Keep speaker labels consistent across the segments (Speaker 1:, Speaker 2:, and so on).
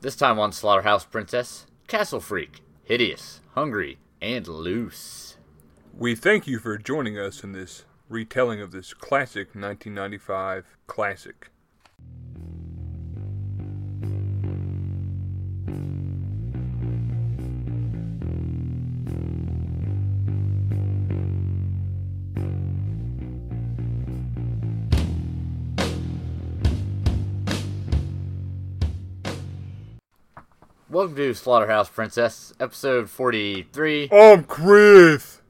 Speaker 1: This time on Slaughterhouse Princess, Castle Freak, hideous, hungry, and loose.
Speaker 2: We thank you for joining us in this retelling of this classic 1995 classic.
Speaker 1: Welcome to Slaughterhouse Princess, episode 43.
Speaker 2: I'm Chris.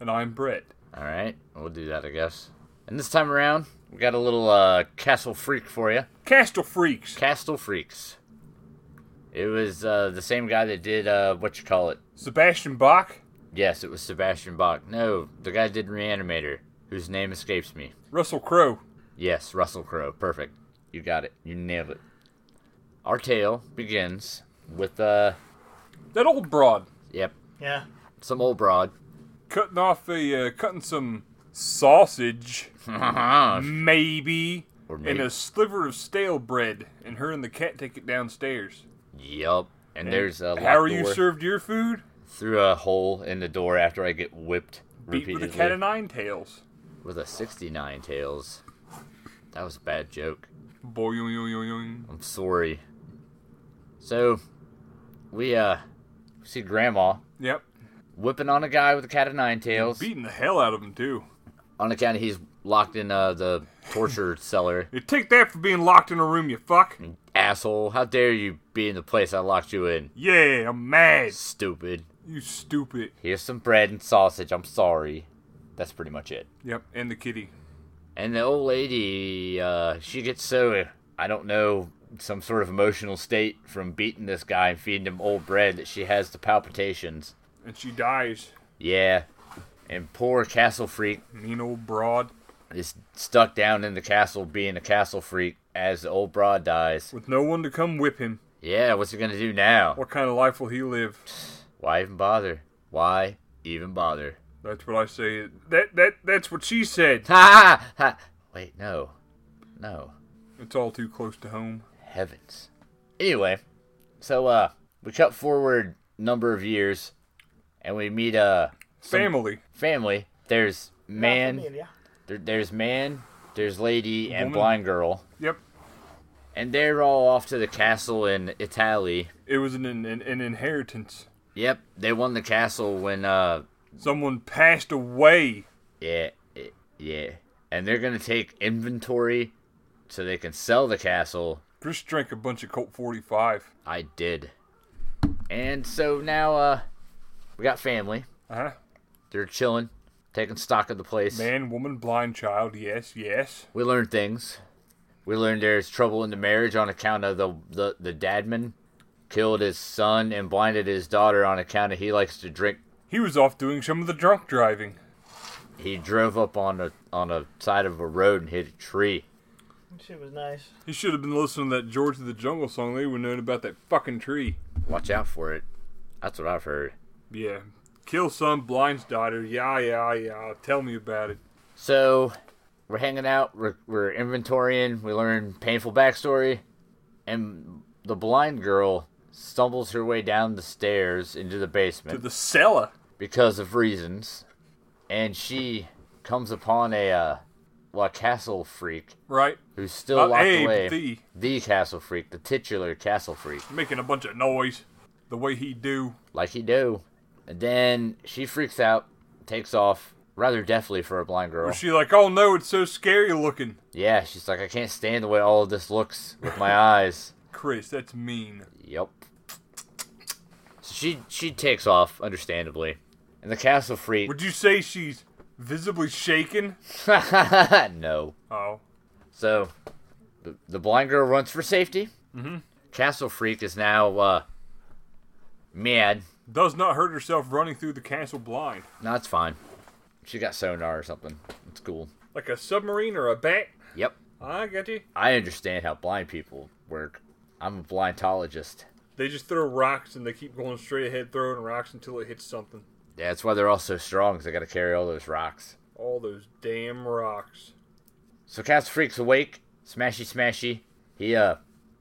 Speaker 2: And I'm Brett.
Speaker 1: All right, we'll do that, I guess. And this time around, we got a little uh, Castle Freak for you.
Speaker 2: Castle Freaks.
Speaker 1: Castle Freaks. It was uh, the same guy that did, uh, what you call it?
Speaker 2: Sebastian Bach.
Speaker 1: Yes, it was Sebastian Bach. No, the guy that did Reanimator, whose name escapes me.
Speaker 2: Russell Crowe.
Speaker 1: Yes, Russell Crowe. Perfect. You got it. You nailed it. Our tale begins with, uh,
Speaker 2: That old broad.
Speaker 1: yep,
Speaker 3: Yeah.
Speaker 1: some old broad.
Speaker 2: Cutting off a, uh, cutting some sausage.
Speaker 1: or
Speaker 2: Maybe. And
Speaker 1: maybe.
Speaker 2: a sliver of stale bread. And her and the cat take it downstairs.
Speaker 1: Yup. And there's a
Speaker 2: How are you
Speaker 1: door
Speaker 2: served your food?
Speaker 1: through a hole in the door after I get whipped
Speaker 2: Beat with
Speaker 1: repeatedly
Speaker 2: a cat of nine tails.
Speaker 1: with a 69 tails. That was a bad joke.
Speaker 2: Boing, boing, boing, boing.
Speaker 1: I'm sorry. So, we uh see Grandma
Speaker 2: Yep.
Speaker 1: whipping on a guy with a cat of nine tails
Speaker 2: Beating the hell out of him, too.
Speaker 1: on account of he's locked in uh, the torture cellar.
Speaker 2: You take that for being locked in a room, you fuck.
Speaker 1: Asshole! How dare you be in the place I locked you in?
Speaker 2: Yeah, I'm mad.
Speaker 1: Stupid.
Speaker 2: You stupid.
Speaker 1: Here's some bread and sausage. I'm sorry. That's pretty much it.
Speaker 2: Yep, and the kitty.
Speaker 1: And the old lady, uh, she gets so, I don't know, some sort of emotional state from beating this guy and feeding him old bread that she has the palpitations.
Speaker 2: And she dies.
Speaker 1: Yeah. And poor Castle Freak
Speaker 2: Mean old broad
Speaker 1: is stuck down in the castle being a castle freak as the old broad dies.
Speaker 2: with no one to come whip him.
Speaker 1: Yeah, what's he gonna do now?
Speaker 2: What kind of life will he live?
Speaker 1: Why even bother? Why even bother?
Speaker 2: That's what I say. That that that's what she said.
Speaker 1: Ha ha! ha. Wait, no. No.
Speaker 2: It's all too close to home.
Speaker 1: Heavens. Anyway, so uh we cut forward number of years and we meet a
Speaker 2: Family.
Speaker 1: family. There's
Speaker 3: Not
Speaker 1: man,
Speaker 3: familiar.
Speaker 1: there, there's man, there's lady and
Speaker 2: Woman.
Speaker 1: blind girl.
Speaker 2: Yep.
Speaker 1: And they're all off to the castle in Italy.
Speaker 2: It was an an, an inheritance.
Speaker 1: Yep, they won the castle when uh
Speaker 2: Someone passed away.
Speaker 1: yeah, eh, yeah. And they're going to take inventory so they can sell the castle.
Speaker 2: Chris drank a bunch of Colt 45.
Speaker 1: I did. And so now uh we got family.
Speaker 2: Uh huh.
Speaker 1: They're chilling, taking stock of the place.
Speaker 2: Man, woman, blind child. Yes, yes.
Speaker 1: We learned things. We learned there's trouble in the marriage on account of the, the the dadman killed his son and blinded his daughter on account of he likes to drink.
Speaker 2: He was off doing some of the drunk driving.
Speaker 1: He drove up on a on a side of a road and hit a tree.
Speaker 3: Shit was nice.
Speaker 2: He should have been listening to that George of the Jungle song. They would have known about that fucking tree.
Speaker 1: Watch out for it. That's what I've heard.
Speaker 2: Yeah. Kill son, blinds daughter. Yeah, yeah, yeah. Tell me about it.
Speaker 1: So we're hanging out. We're we're inventorying. We learn painful backstory, and the blind girl stumbles her way down the stairs into the basement.
Speaker 2: To the cellar.
Speaker 1: because of reasons, and she comes upon a uh, well, a castle freak
Speaker 2: Right?
Speaker 1: who's still
Speaker 2: Uh,
Speaker 1: locked
Speaker 2: hey,
Speaker 1: away.
Speaker 2: the-
Speaker 1: castle freak, the titular castle freak,
Speaker 2: Making a bunch of noise. The way he do.
Speaker 1: like he do. And then she freaks out, takes off rather deftly for a blind girl.
Speaker 2: Was she like, oh no, it's so scary looking?
Speaker 1: yeah, she's like, I can't stand the way all of this looks with my eyes.
Speaker 2: Chris, that's mean.
Speaker 1: Yep. So she she takes off, understandably, and the castle freak.
Speaker 2: Would you say she's visibly shaken?
Speaker 1: no.
Speaker 2: Oh.
Speaker 1: So, the, the blind girl runs for safety. Mm-hmm. Castle Freak is now uh, mad.
Speaker 2: Does not hurt herself running through the castle blind.
Speaker 1: No, it's fine. She got sonar or something. It's cool.
Speaker 2: Like a submarine or a bat?
Speaker 1: Yep.
Speaker 2: I got you.
Speaker 1: I understand how blind people work. I'm a blindologist.
Speaker 2: They just throw rocks and they keep going straight ahead, throwing rocks until it hits something.
Speaker 1: Yeah, that's why they're all so strong, 'cause they got to carry all those rocks.
Speaker 2: All those damn rocks.
Speaker 1: So Castle Freak's awake, smashy smashy. He uh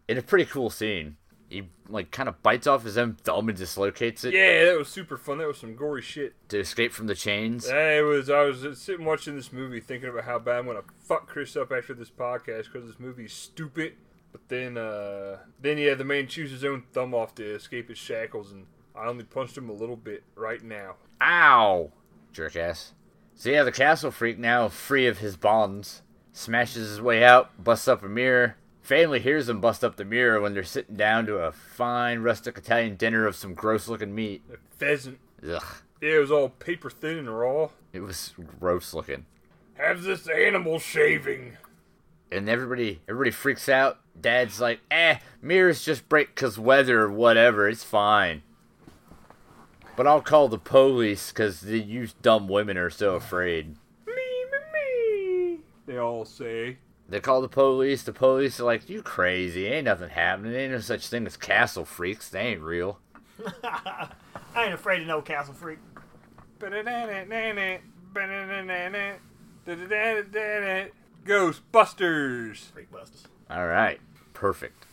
Speaker 1: in a pretty cool scene. He like kind of bites off his own thumb and dislocates it
Speaker 2: Yeah, that was super fun. That was some gory shit.
Speaker 1: to escape from the chains.
Speaker 2: That was. I was sitting watching this movie, thinking about how bad I'm gonna fuck Chris up after this podcast because this movie's stupid. But then, uh, then yeah, the man chews his own thumb off to escape his shackles, and I only punched him a little bit right now.
Speaker 1: Ow! Jerk ass. So yeah, the castle freak now free of his bonds, smashes his way out, busts up a mirror. Family hears him bust up the mirror when they're sitting down to a fine rustic Italian dinner of some gross looking meat.
Speaker 2: The pheasant.
Speaker 1: Ugh.
Speaker 2: Yeah, it was all paper thin and raw.
Speaker 1: It was gross looking.
Speaker 2: Have this animal shaving.
Speaker 1: And everybody everybody freaks out. Dad's like, eh, mirrors just break 'cause weather or whatever, it's fine. But I'll call the police 'cause the you dumb women are so afraid.
Speaker 2: Me, me, me. They all say.
Speaker 1: They call the police. The police are like, "You crazy? Ain't nothing happening. Ain't no such thing as castle freaks. They ain't real."
Speaker 3: I ain't afraid of no castle freak.
Speaker 2: Ghostbusters.
Speaker 3: Freak busters.
Speaker 1: All right, perfect.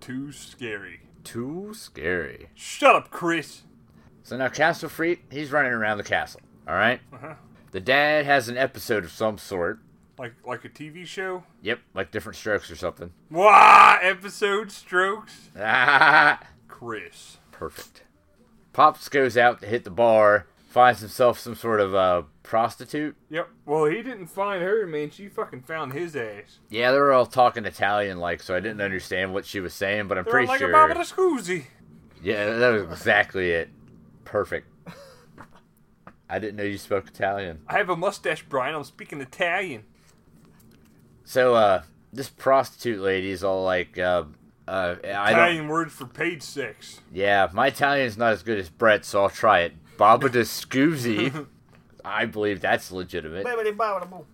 Speaker 2: Too scary.
Speaker 1: Too scary.
Speaker 2: Shut up, Chris.
Speaker 1: So now castle freak, he's running around the castle. All right.
Speaker 2: Uh-huh.
Speaker 1: The dad has an episode of some sort.
Speaker 2: Like like a TV show.
Speaker 1: Yep, like different strokes or something.
Speaker 2: Wah! Episode strokes.
Speaker 1: Ah,
Speaker 2: Chris.
Speaker 1: perfect. Pops goes out to hit the bar, finds himself some sort of uh, prostitute.
Speaker 2: Yep. Well, he didn't find her, man. She fucking found his ass.
Speaker 1: Yeah, they were all talking Italian, like, so I didn't understand what she was saying, but I'm
Speaker 2: They're
Speaker 1: pretty
Speaker 2: like
Speaker 1: sure.
Speaker 2: a Baba the Scoozy.
Speaker 1: Yeah, that was exactly it. Perfect. I didn't know you spoke Italian.
Speaker 2: I have a mustache, Brian. I'm speaking Italian.
Speaker 1: So, uh, this prostitute lady's all like, uh, uh, I don't.
Speaker 2: Italian word for paid sex.
Speaker 1: Yeah, my Italian's not as good as Brett's, so I'll try it. Baba de Scoozy. I believe that's legitimate.
Speaker 3: Baby, they bow with a boo.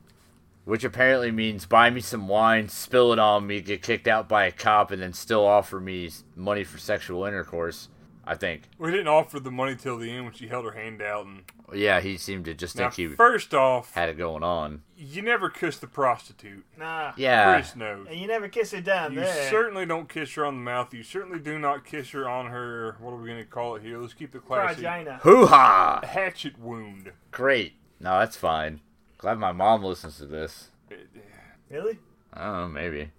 Speaker 1: Which apparently means buy me some wine, spill it on me, get kicked out by a cop, and then still offer me s- money for sexual intercourse. I think.
Speaker 2: We didn't offer the money till the end when she held her hand out. And
Speaker 1: Yeah, he seemed to just
Speaker 2: now,
Speaker 1: think he
Speaker 2: first off,
Speaker 1: had it going on.
Speaker 2: you never kiss the prostitute.
Speaker 3: Nah.
Speaker 1: Yeah.
Speaker 2: Chris knows.
Speaker 3: And you never kiss it down
Speaker 2: You
Speaker 3: there.
Speaker 2: certainly don't kiss her on the mouth. You certainly do not kiss her on her. What are we going to call it here? Let's keep it classy.
Speaker 3: Vagina.
Speaker 1: Hoo ha!
Speaker 2: Hatchet wound.
Speaker 1: Great. No, that's fine. Glad my mom listens to this.
Speaker 3: Really?
Speaker 1: I don't know, maybe.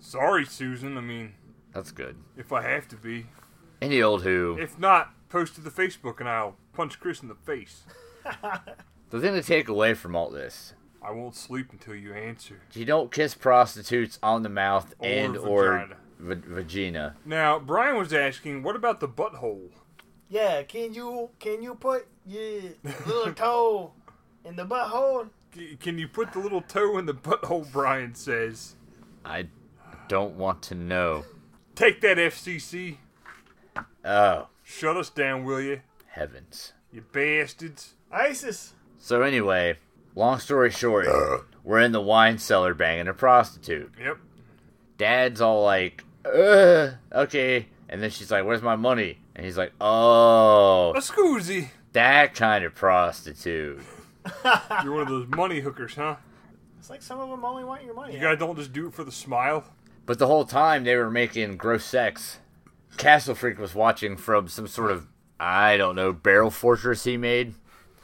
Speaker 2: Sorry, Susan. I mean,
Speaker 1: That's good.
Speaker 2: if I have to be.
Speaker 1: Any old who.
Speaker 2: If not, post to the Facebook and I'll punch Chris in the face.
Speaker 1: The thing to take away from all this,
Speaker 2: I won't sleep until you answer.
Speaker 1: you don't kiss prostitutes on the mouth
Speaker 2: Or
Speaker 1: and
Speaker 2: vagina.
Speaker 1: or v- vagina.
Speaker 2: Now, Brian was asking, what about the butthole?
Speaker 3: Yeah. Can you can you put your little toe in the butthole?
Speaker 2: C- Can you put the little toe in the butthole, Brian says?
Speaker 1: I don't want to know.
Speaker 2: Take that, FCC.
Speaker 1: Oh,
Speaker 2: Shut us down, will you?
Speaker 1: heavens.
Speaker 2: You bastards.
Speaker 3: ISIS.
Speaker 1: So anyway, long story short, we're in the wine cellar banging a prostitute.
Speaker 2: Yep.
Speaker 1: dad's all like, Ugh, okay. And then she's like, where's my money? And he's like, oh,
Speaker 2: A scoozy.
Speaker 1: that kind of prostitute.
Speaker 2: You're one of those money hookers, huh?
Speaker 3: It's like some of them only want your money.
Speaker 2: You guys don't just do it for the smile.
Speaker 1: But the whole time they were making gross sex, Castle Freak was watching from some sort of, I don't know, barrel fortress he made.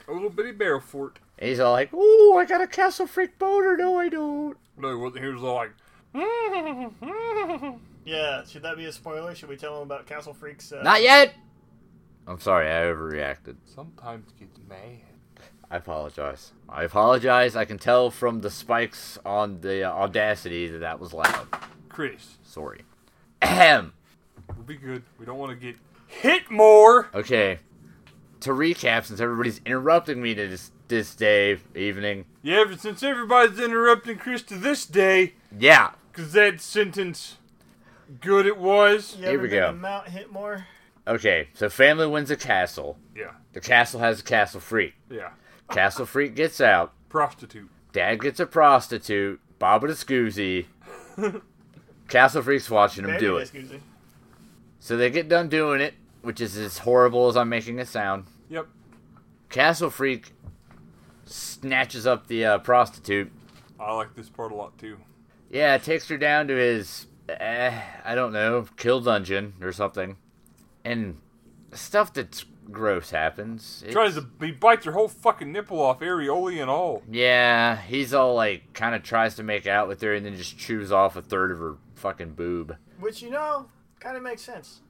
Speaker 2: A little bitty barrel fort.
Speaker 1: And he's all like, ooh, I got a Castle Freak boner. No, I don't.
Speaker 2: No, he wasn't. He was all like,
Speaker 3: yeah. Should that be a spoiler? Should we tell them about Castle Freaks? Uh,
Speaker 1: Not yet. I'm sorry, I overreacted.
Speaker 2: sometimes gets mad.
Speaker 1: I apologize. I apologize. I can tell from the spikes on the uh, audacity that that was loud.
Speaker 2: Chris,
Speaker 1: Sorry. Ahem.
Speaker 2: we'll be good. We don't want to get hit more.
Speaker 1: Okay. To recap, since everybody's interrupting me to this, this day, evening.
Speaker 2: Yeah, but since everybody's interrupting Chris to this day,
Speaker 1: Yeah.
Speaker 2: 'cause that sentence, good it was.
Speaker 3: You
Speaker 1: Here
Speaker 3: ever
Speaker 1: we
Speaker 3: been
Speaker 1: go.
Speaker 3: to Mount Hitmore?
Speaker 1: Okay, so family wins a castle.
Speaker 2: Yeah,
Speaker 1: The castle has a castle freak.
Speaker 2: yeah.
Speaker 1: Castle freak gets out.
Speaker 2: Prostitute.
Speaker 1: Dad gets a prostitute. Baba the Scoozy. castle freak's watching him
Speaker 3: Baby,
Speaker 1: do it.
Speaker 3: excuse me.
Speaker 1: So they get done doing it, which is as horrible as I'm making it sound.
Speaker 2: Yep.
Speaker 1: Castle freak snatches up the uh, prostitute
Speaker 2: I like this part a lot too.
Speaker 1: Yeah, takes her down to his eh, I don't know, kill dungeon or something, and stuff that's gross happens. It's-
Speaker 2: Tries to he bites her whole fucking nipple off, areoli and all.
Speaker 1: Yeah, he's all like, kind of tries to make out with her, and then just chews off a third of her fucking boob.
Speaker 3: Which you know, kind of makes sense.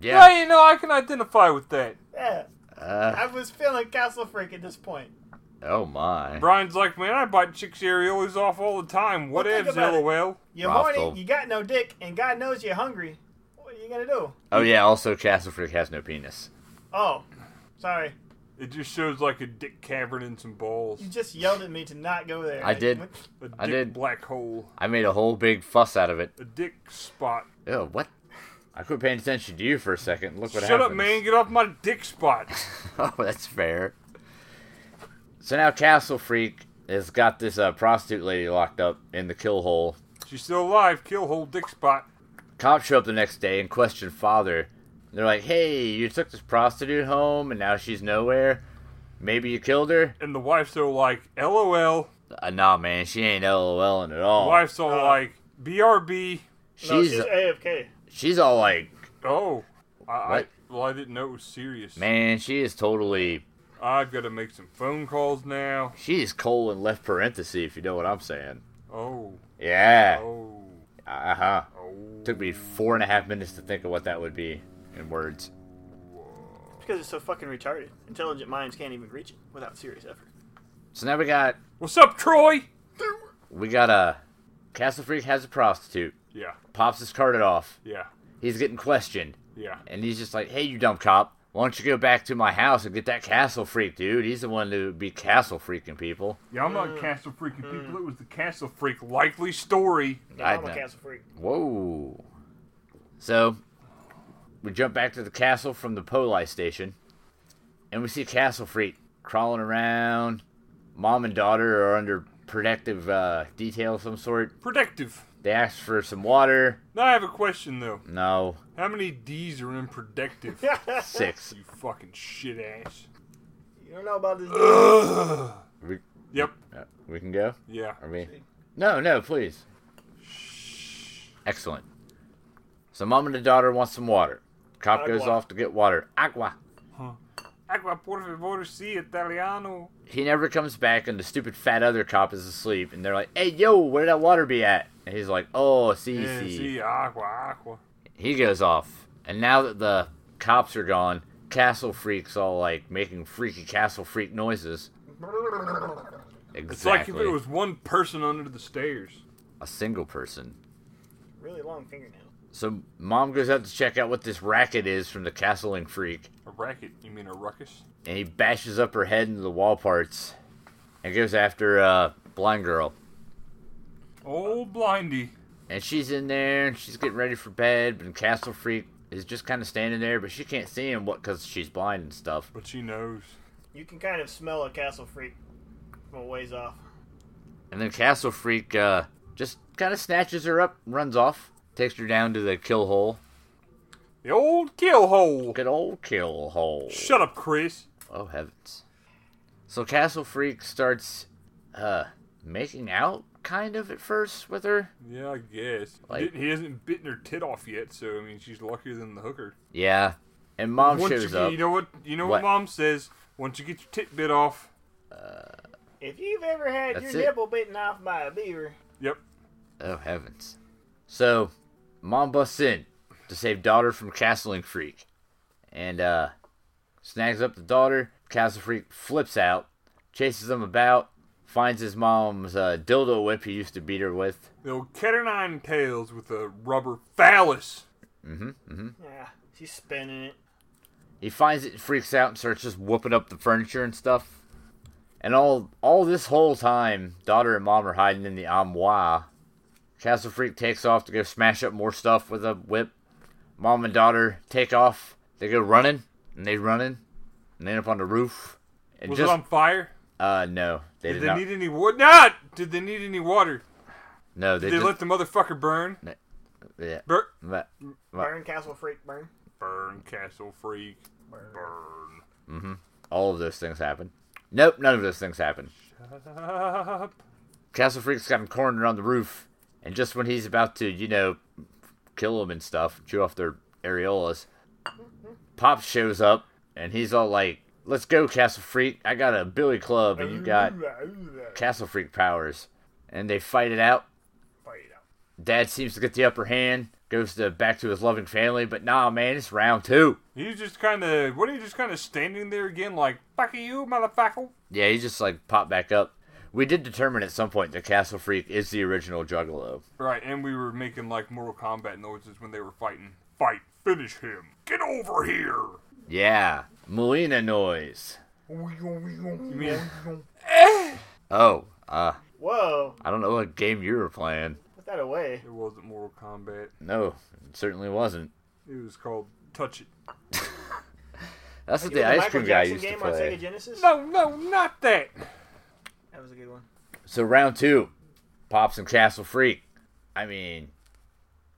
Speaker 2: Yeah.
Speaker 1: Yeah,
Speaker 2: you know I can identify with that.
Speaker 3: Yeah,
Speaker 1: uh,
Speaker 3: I was feeling Castle Freak at this point.
Speaker 1: oh my.
Speaker 2: Brian's like, man, I bite chicks' areolas off all the time. What
Speaker 3: Well, think
Speaker 2: ifs,
Speaker 3: about it.
Speaker 2: lol.
Speaker 3: You're
Speaker 1: Brothel.
Speaker 3: horny, you got no dick, and God knows you're hungry. What are you gonna do?
Speaker 1: Oh yeah, also Castle Freak has no penis.
Speaker 3: Oh, sorry.
Speaker 2: It just shows like a dick cavern and some balls.
Speaker 3: You just yelled at me to not go there.
Speaker 1: I did.
Speaker 3: what-
Speaker 2: A dick
Speaker 1: I did-
Speaker 2: black hole.
Speaker 1: I made a whole big fuss out of it.
Speaker 2: A dick spot.
Speaker 1: Oh, what? I quit paying attention to you for a second. Look what
Speaker 2: Shut
Speaker 1: happens.
Speaker 2: up, man. Get off my dick spot.
Speaker 1: oh, that's fair. So now Castle Freak has got this uh, prostitute lady locked up in the kill hole.
Speaker 2: She's still alive. Kill whole dick spot.
Speaker 1: Cops show up the next day and question father. They're like, "Hey, you took this prostitute home, and now she's nowhere. Maybe you killed her."
Speaker 2: And the wife's so like, lol.
Speaker 1: Uh, nah, man, she ain't LOLing at
Speaker 2: The
Speaker 1: all.
Speaker 2: wife's all
Speaker 3: Uh.
Speaker 2: like, brb.
Speaker 3: No,
Speaker 1: She's uh,
Speaker 3: she's AFK.
Speaker 1: she's all like,
Speaker 2: Oh, I, I
Speaker 1: What?
Speaker 2: well, I didn't know it was serious.
Speaker 1: "Man, she is totally
Speaker 2: I've got to make some phone calls now.
Speaker 1: she is cold and left parenthesis if you know what I'm saying."
Speaker 2: Oh,
Speaker 1: Yeah.
Speaker 2: oh,
Speaker 1: Uh huh.
Speaker 2: oh.
Speaker 1: Took me four and a half minutes to think of what that would be in words.
Speaker 3: Because it's so fucking retarded. Intelligent minds can't even reach it without serious effort.
Speaker 1: So now we got
Speaker 2: What's up, Troy?
Speaker 1: we got a Castle Freak has a prostitute.
Speaker 2: Yeah,
Speaker 1: Pops is carted off.
Speaker 2: yeah,
Speaker 1: He's getting questioned,
Speaker 2: yeah.
Speaker 1: and he's just like, "Hey, you dumb cop, why don't you go back to my house and get that Castle Freak dude? He's the one to be Castle Freaking people."
Speaker 2: Yeah, I'm not castle freaking people. It was the castle freak likely story.
Speaker 3: Yeah,
Speaker 1: I
Speaker 3: I'm a
Speaker 1: know.
Speaker 3: Castle Freak.
Speaker 1: Whoa. So we jump back to the castle from the Poli station, and we see Castle Freak crawling around. Mom and daughter are under protective uh, detail of some sort.
Speaker 2: Productive.
Speaker 1: They ask for some water.
Speaker 2: Now I have a question though.
Speaker 1: No,
Speaker 2: How many D's are in productive?
Speaker 1: six.
Speaker 2: you fucking shit ass.
Speaker 3: you don't know about this.
Speaker 2: Ugh.
Speaker 1: We,
Speaker 2: Yep.
Speaker 1: uh, we can go.
Speaker 2: Yeah.
Speaker 1: Are we? No, no, please. Excellent. So mom and the daughter want some water. Cop goes
Speaker 3: Agua.
Speaker 1: off to get water. Agua.
Speaker 2: Agua por favor si italiano.
Speaker 1: he never comes back, and the stupid fat other cop is asleep. And they're like, "Hey, yo, where that water be at?" And he's like, "Oh, see,
Speaker 2: Yeah,
Speaker 1: see."
Speaker 2: see agua agua.
Speaker 1: He goes off, and now that the cops are gone, Castle Freak's all like making freaky Castle Freak noises. Exactly.
Speaker 2: It's like if it was one person under the stairs.
Speaker 1: a single person.
Speaker 3: really long fingernail.
Speaker 1: So mom goes out to check out what this racket is from the castling freak,
Speaker 2: A racket? You mean a ruckus?
Speaker 1: and he bashes up her head into the wall parts, and goes after uh, blind girl.
Speaker 2: Old blindy.
Speaker 1: And she's in there, and she's getting ready for bed, but Castle Freak is just kind of standing there, but she can't see him what because she's blind and stuff.
Speaker 2: But she knows.
Speaker 3: You can kind of smell a Castle Freak from a ways off.
Speaker 1: And then Castle Freak uh, just kind of snatches her up, runs off, takes her down to the kill hole.
Speaker 2: The old kill hole.
Speaker 1: Good old kill hole.
Speaker 2: Shut up, Chris.
Speaker 1: Oh, heavens. So Castle Freak starts uh, making out, kind of, at first with her.
Speaker 2: Yeah, I guess.
Speaker 1: Like-
Speaker 2: Didn't- he hasn't bitten her tit off yet, so I mean, she's luckier than the hooker.
Speaker 1: Yeah. And mom
Speaker 2: Once you,
Speaker 1: shows
Speaker 2: get-
Speaker 1: up.
Speaker 2: you know what? You know what?
Speaker 1: What?
Speaker 2: mom says. Once you get your tit bit off.
Speaker 3: If you've ever had
Speaker 1: That's
Speaker 3: your
Speaker 1: it.
Speaker 3: nipple bitten off by a beaver,
Speaker 2: Yep.
Speaker 1: Oh heavens! So, mom busts in to save daughter from Castling Freak, and uh, snags up the daughter. Castle Freak flips out, chases them about, finds his mom's uh, dildo whip he used to beat her with.
Speaker 2: The old cat o' nine tails with a rubber phallus.
Speaker 3: yeah, she's spinning it.
Speaker 1: He finds it, and freaks out, and starts just whooping up the furniture and stuff. And all all this whole time, daughter and mom are hiding in the armoire. Castle Freak takes off to go smash up more stuff with a whip. Mom and daughter take off. They go running, and they running, and they end up on the roof. And
Speaker 2: Was
Speaker 1: just
Speaker 2: it on fire?
Speaker 1: uh no, they did,
Speaker 2: Did they
Speaker 1: not.
Speaker 2: need any wood? Not. Did they need any water?
Speaker 1: no, they,
Speaker 2: Did they
Speaker 1: just,
Speaker 2: let the motherfucker burn?
Speaker 1: yeah.
Speaker 2: Bur-
Speaker 1: But
Speaker 3: Burn Castle Freak, burn.
Speaker 2: burn, castle freak. Burn.
Speaker 1: all of those things happen. Nope, none of those things happen.
Speaker 2: Up.
Speaker 1: Castle Freak's got him cornered on the roof, and just when he's about to, you know, kill them and stuff, chew off their areolas. Pop shows up and he's all like, "Let's go, Castle Freak! I got a billy club and you got Castle Freak powers." And they fight it out.
Speaker 2: Fight it out.
Speaker 1: Dad seems to get the upper hand. Goes to back to his loving family, but nah, man, it's round two.
Speaker 2: He's just kind of, what are you just kind of standing there again, like, fuck you, motherfucker?
Speaker 1: Yeah, he just like popped back up. We did determine at some point that Castle Freak is the original Juggalo.
Speaker 2: Right, and we were making like Mortal Kombat noises when they were fighting. Fight, finish him, get over here.
Speaker 1: Yeah, Molina noise.
Speaker 2: You mean,
Speaker 1: Oh, uh,
Speaker 3: Whoa,
Speaker 1: I don't know what game you were playing.
Speaker 3: put that away.
Speaker 2: it wasn't Mortal Kombat.
Speaker 1: No, it certainly wasn't.
Speaker 2: It was called Touch It.
Speaker 1: That's what
Speaker 3: You
Speaker 1: the
Speaker 3: know
Speaker 1: ice cream guy
Speaker 3: Jackson
Speaker 1: used to
Speaker 3: game on Sega
Speaker 1: play.
Speaker 3: Genesis?
Speaker 2: No, no, not that.
Speaker 3: That was a good one.
Speaker 1: So round two, Pops and Castle Freak. I mean,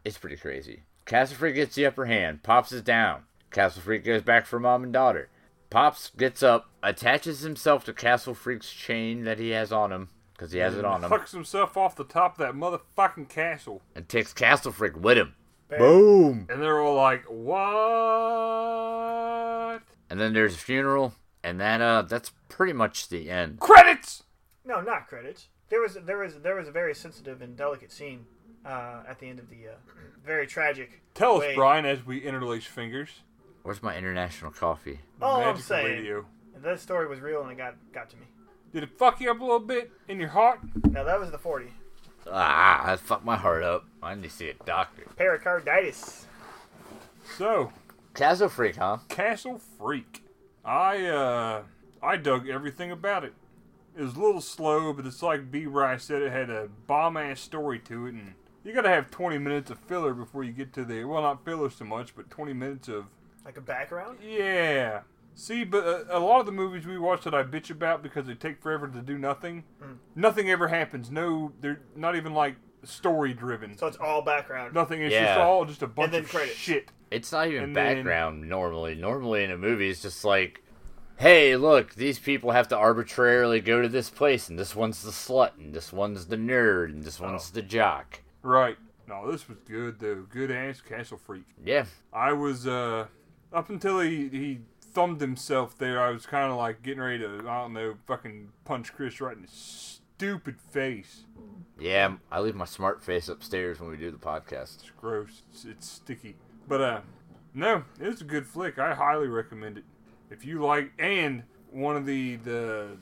Speaker 1: it's pretty crazy. Castle Freak gets the upper hand. Pops is down. Castle Freak goes back for mom and daughter. Pops gets up, attaches himself to Castle Freak's chain that he has on him because he has it on him,
Speaker 2: Fucks himself off the top of that motherfucking castle,
Speaker 1: and takes Castle Freak with him.
Speaker 3: Bam.
Speaker 1: Boom!
Speaker 2: and they're all like, "What?"
Speaker 1: And then there's a funeral, and that uh, that's pretty much the end.
Speaker 2: Credits.
Speaker 3: No, not credits. There was there was there was a very sensitive and delicate scene uh, at the end of the uh, very tragic.
Speaker 2: Tell us,
Speaker 3: Wait.
Speaker 2: Brian, as we interlace fingers.
Speaker 1: Where's my international coffee?
Speaker 3: All I'm
Speaker 2: Magical
Speaker 3: saying,
Speaker 2: radio.
Speaker 3: that story was real and it got got to me.
Speaker 2: Did it fuck you up a little bit in your heart?
Speaker 3: Now that was the forty
Speaker 1: Ah, that fucked my heart up. I need to see a doctor.
Speaker 3: pericarditis.
Speaker 2: So,
Speaker 1: Castle Freak, huh?
Speaker 2: Castle Freak. I uh I dug everything about it. It was a little slow, but it's like B Rice said, it had a bomb ass story to it and you gotta have twenty minutes of filler before you get to the well not filler so much, but twenty minutes of
Speaker 3: Like a background.
Speaker 2: yeah. See, but uh, a lot of the movies we watch that I bitch about because they take forever to do nothing.
Speaker 3: Hmm.
Speaker 2: Nothing ever happens. No, they're not even like story driven.
Speaker 3: So it's all background.
Speaker 2: Nothing. It's just
Speaker 1: Yeah.
Speaker 2: all just a bunch
Speaker 3: then
Speaker 2: of
Speaker 3: credits.
Speaker 2: shit.
Speaker 1: It's not even
Speaker 2: And then-
Speaker 1: background normally. Normally in a movie, it's just like, hey, look, these people have to arbitrarily go to this place, and this one's the slut, and this one's the nerd, and this one's
Speaker 2: Oh.
Speaker 1: the jock.
Speaker 2: Right. No, this was good though. Good ass Castle Freak.
Speaker 1: Yeah,
Speaker 2: I was uh up until he he thumbed himself there. I was kind of like getting ready to I don't know fucking punch Chris right in his stupid face.
Speaker 1: yeah. I leave my smart face upstairs when we do the podcast.
Speaker 2: It's gross. It's, it's sticky. But uh, no, it was a good flick. I highly recommend it. If you like, and one of the the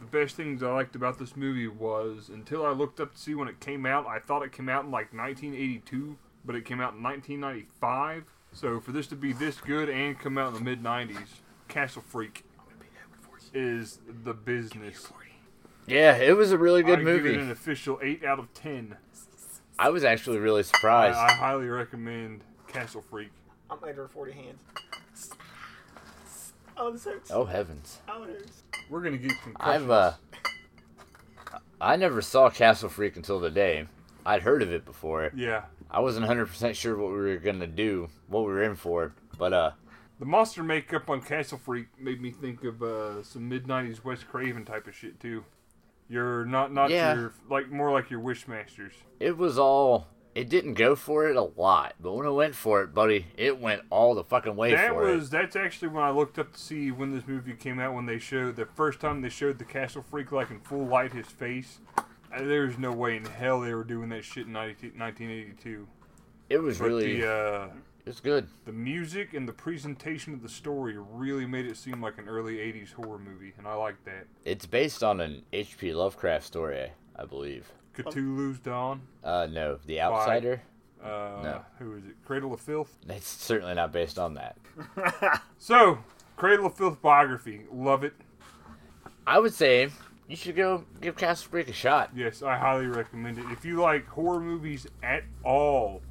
Speaker 2: the best things I liked about this movie was until I looked up to see when it came out. I thought it came out in like 1982, but it came out in 1995. So for this to be this good and come out in the mid 90s, Castle Freak is the business.
Speaker 1: Yeah, it was a really good
Speaker 2: I
Speaker 1: movie.
Speaker 2: give it an official eight out of ten.
Speaker 1: I was actually really
Speaker 2: I,
Speaker 1: surprised.
Speaker 2: I highly recommend Castle Freak.
Speaker 3: I'm under forty hands. Oh, this hurts.
Speaker 1: oh heavens!
Speaker 3: Oh, it hurts.
Speaker 2: We're gonna get some.
Speaker 1: I've uh, I never saw Castle Freak until today. I'd heard of it before.
Speaker 2: Yeah.
Speaker 1: I wasn't 100% sure what we were gonna do, what we were in for, but uh,
Speaker 2: The monster makeup on Castle Freak made me think of uh, some mid '90s Wes Craven type of shit too. You're not not
Speaker 1: Yeah.
Speaker 2: your like more like your Wishmasters.
Speaker 1: it was all. It didn't go for it a lot, but when it went for it, buddy, it went all the fucking way
Speaker 2: That
Speaker 1: for
Speaker 2: was that's actually when I looked up to see when this movie came out. When they showed the first time they showed the Castle Freak like in full light, his face. Uh, There's no way in hell they were doing that shit in 19, 1982.
Speaker 1: it. It was
Speaker 2: But
Speaker 1: really,
Speaker 2: the uh,
Speaker 1: it was good.
Speaker 2: the music and the presentation of the story really made it seem like an early 80s horror movie, and I like that.
Speaker 1: It's based on an H.P. Lovecraft story, I believe.
Speaker 2: Cthulhu's Dawn.
Speaker 1: Uh, no, The Outsider.
Speaker 2: Uh, Who is it? Cradle of Filth.
Speaker 1: It's certainly not based on that.
Speaker 2: So, Cradle of Filth biography. Love it.
Speaker 1: I would say you should go give Castle Freak a shot.
Speaker 2: Yes, I highly recommend it. If you like horror movies at all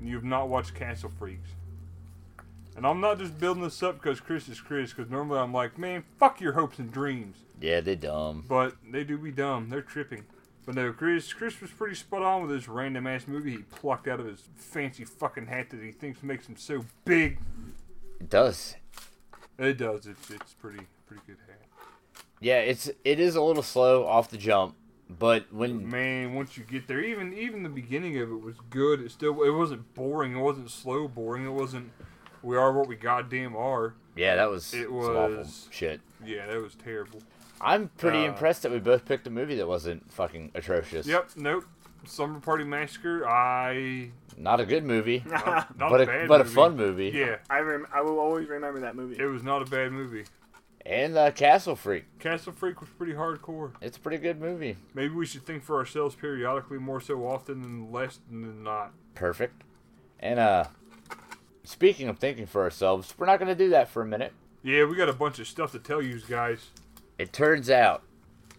Speaker 2: and you have not watched Castle Freaks, and I'm not just building this up because Chris is Chris, because normally I'm like, man, fuck your hopes and dreams.
Speaker 1: Yeah, they dumb.
Speaker 2: But they do be dumb. They're tripping. But no, Chris, Chris was pretty spot on with this random ass movie he plucked out of his fancy fucking hat that he thinks makes him so big.
Speaker 1: It does.
Speaker 2: It does. It's, it's pretty pretty good hat.
Speaker 1: Yeah, it's it is a little slow off the jump, But
Speaker 2: Mm-hmm.
Speaker 1: when
Speaker 2: Man, once you get there, even even the beginning of it was good. It still it wasn't boring. It wasn't slow boring. It wasn't we are what we goddamn are.
Speaker 1: yeah, that was
Speaker 2: It
Speaker 1: some awful
Speaker 2: was-
Speaker 1: shit.
Speaker 2: Yeah, that was terrible.
Speaker 1: I'm pretty
Speaker 2: Uh,
Speaker 1: impressed that we both picked a movie that wasn't fucking atrocious.
Speaker 2: Yep, nope. Summer Party Massacre. I
Speaker 1: Not a good movie,
Speaker 2: not, not
Speaker 1: but
Speaker 2: a,
Speaker 1: a,
Speaker 2: bad
Speaker 1: but
Speaker 2: movie.
Speaker 1: a fun movie.
Speaker 2: Yeah,
Speaker 3: I rem- I will always remember that movie.
Speaker 2: it was not a bad movie.
Speaker 1: And uh, Castle Freak.
Speaker 2: Castle Freak was pretty hardcore.
Speaker 1: It's a pretty good movie.
Speaker 2: Maybe we should think for ourselves periodically more so often than less than not.
Speaker 1: Perfect. And uh, speaking of thinking for ourselves, we're not gonna do that for a minute.
Speaker 2: Yeah, we got a bunch of stuff to tell you guys.
Speaker 1: It turns out,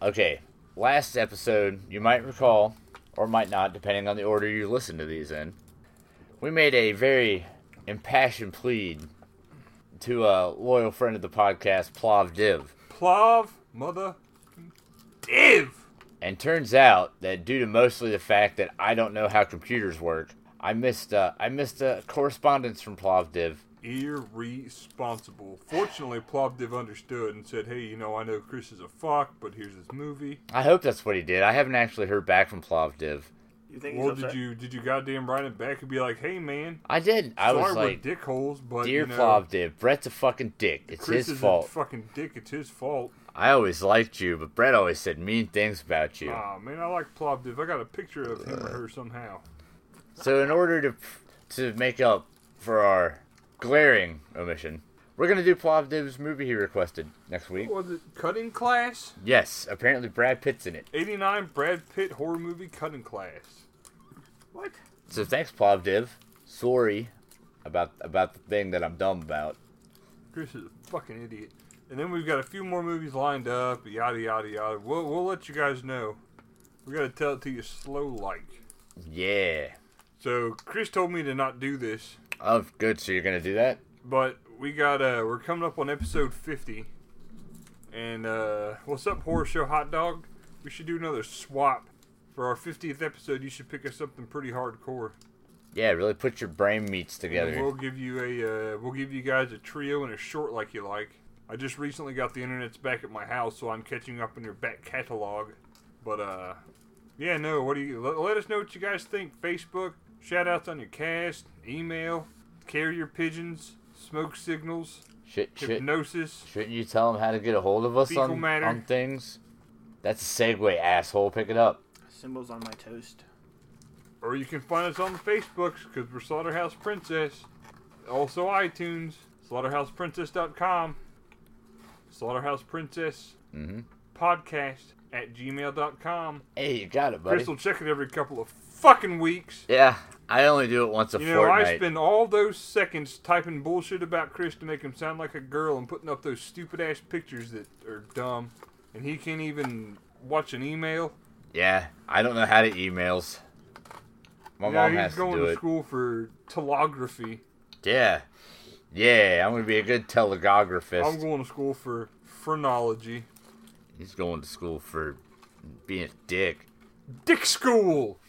Speaker 1: okay, last episode, you might recall, or might not, depending on the order you listen to these in, we made a very impassioned plead to a loyal friend of the podcast, Plav Div.
Speaker 2: Plav, mother, div.
Speaker 1: And turns out that due to mostly the fact that I don't know how computers work, I missed uh, I missed a correspondence from Plav Div.
Speaker 2: Irresponsible. Fortunately, Plovdiv understood and said, "Hey, you know, I know Chris is a fuck, but here's his movie."
Speaker 1: I hope that's what he did. I haven't actually heard back from Plav Div.
Speaker 3: You think he's
Speaker 2: Well, did
Speaker 3: upset?
Speaker 2: you did you goddamn write it back and be like, "Hey, man,
Speaker 1: I did. I
Speaker 2: sorry
Speaker 1: was like,
Speaker 2: we're dickholes, but
Speaker 1: "Dear
Speaker 2: you know,
Speaker 1: Plav Div, Brett's a fucking dick. It's
Speaker 2: Chris
Speaker 1: his
Speaker 2: is
Speaker 1: fault."
Speaker 2: a fucking dick. It's his fault."
Speaker 1: I always liked you, but Brett always said mean things about you.
Speaker 2: Ah, man, I like Plovdiv. I got a picture of him or her somehow.
Speaker 1: So in order to to make up for our glaring omission, we're gonna do Plavdiv's movie he requested next week.
Speaker 2: Was it Cutting Class?
Speaker 1: Yes, apparently Brad Pitt's in it.
Speaker 2: 89 Brad Pitt horror movie Cutting Class.
Speaker 3: What?
Speaker 1: So thanks, Plavdiv. Sorry about about the thing that I'm dumb about.
Speaker 2: Chris is a fucking idiot. And then we've got a few more movies lined up, yada yada yada. We'll, we'll let you guys know. We gotta tell it to you slow like.
Speaker 1: Yeah.
Speaker 2: So Chris told me to not do this,
Speaker 1: Oh, good. So you're gonna do that?
Speaker 2: but we got uh we're coming up on episode 50. And uh what's up horror show hot dog? We should do another swap. For our 50th episode, you should pick us something pretty hardcore.
Speaker 1: Yeah. Really put your brain meats
Speaker 2: And we'll
Speaker 1: together.
Speaker 2: give you a uh, we'll give you guys a trio and a short like you like. I just recently got the internet's back at my house, so I'm catching up on your back catalog. But uh, yeah, no. What do you let, let us know what you guys think? Facebook shout outs on your cast, email, carrier pigeons, smoke signals,
Speaker 1: Shit. Shit.
Speaker 2: hypnosis.
Speaker 1: Shouldn't you tell them how to get a hold of us
Speaker 2: Fecal
Speaker 1: on,
Speaker 2: matter.
Speaker 1: on things? That's a segue, asshole. Pick it up.
Speaker 3: Symbols on my toast.
Speaker 2: Or you can find us on the Facebooks because we're Slaughterhouse Princess. Also iTunes, slaughterhouseprincess.com, Slaughterhouse Princess
Speaker 1: Mm-hmm.
Speaker 2: podcast at gmail.com.
Speaker 1: Hey, you got it, buddy.
Speaker 2: Chris will check it every couple of fucking weeks.
Speaker 1: Yeah, I only do it once a
Speaker 2: You know,
Speaker 1: fortnight.
Speaker 2: I spend all those seconds typing bullshit about Chris to make him sound like a girl and putting up those stupid ass pictures that are dumb. And he can't even watch an email.
Speaker 1: yeah, I don't know how to emails. My
Speaker 2: yeah,
Speaker 1: mom
Speaker 2: he's
Speaker 1: has to
Speaker 2: going
Speaker 1: do it.
Speaker 2: school for telegraphy.
Speaker 1: Yeah, yeah, I'm gonna be a good telegographist.
Speaker 2: I'm going to school for phrenology.
Speaker 1: He's going to school for being a dick.
Speaker 2: Dick school!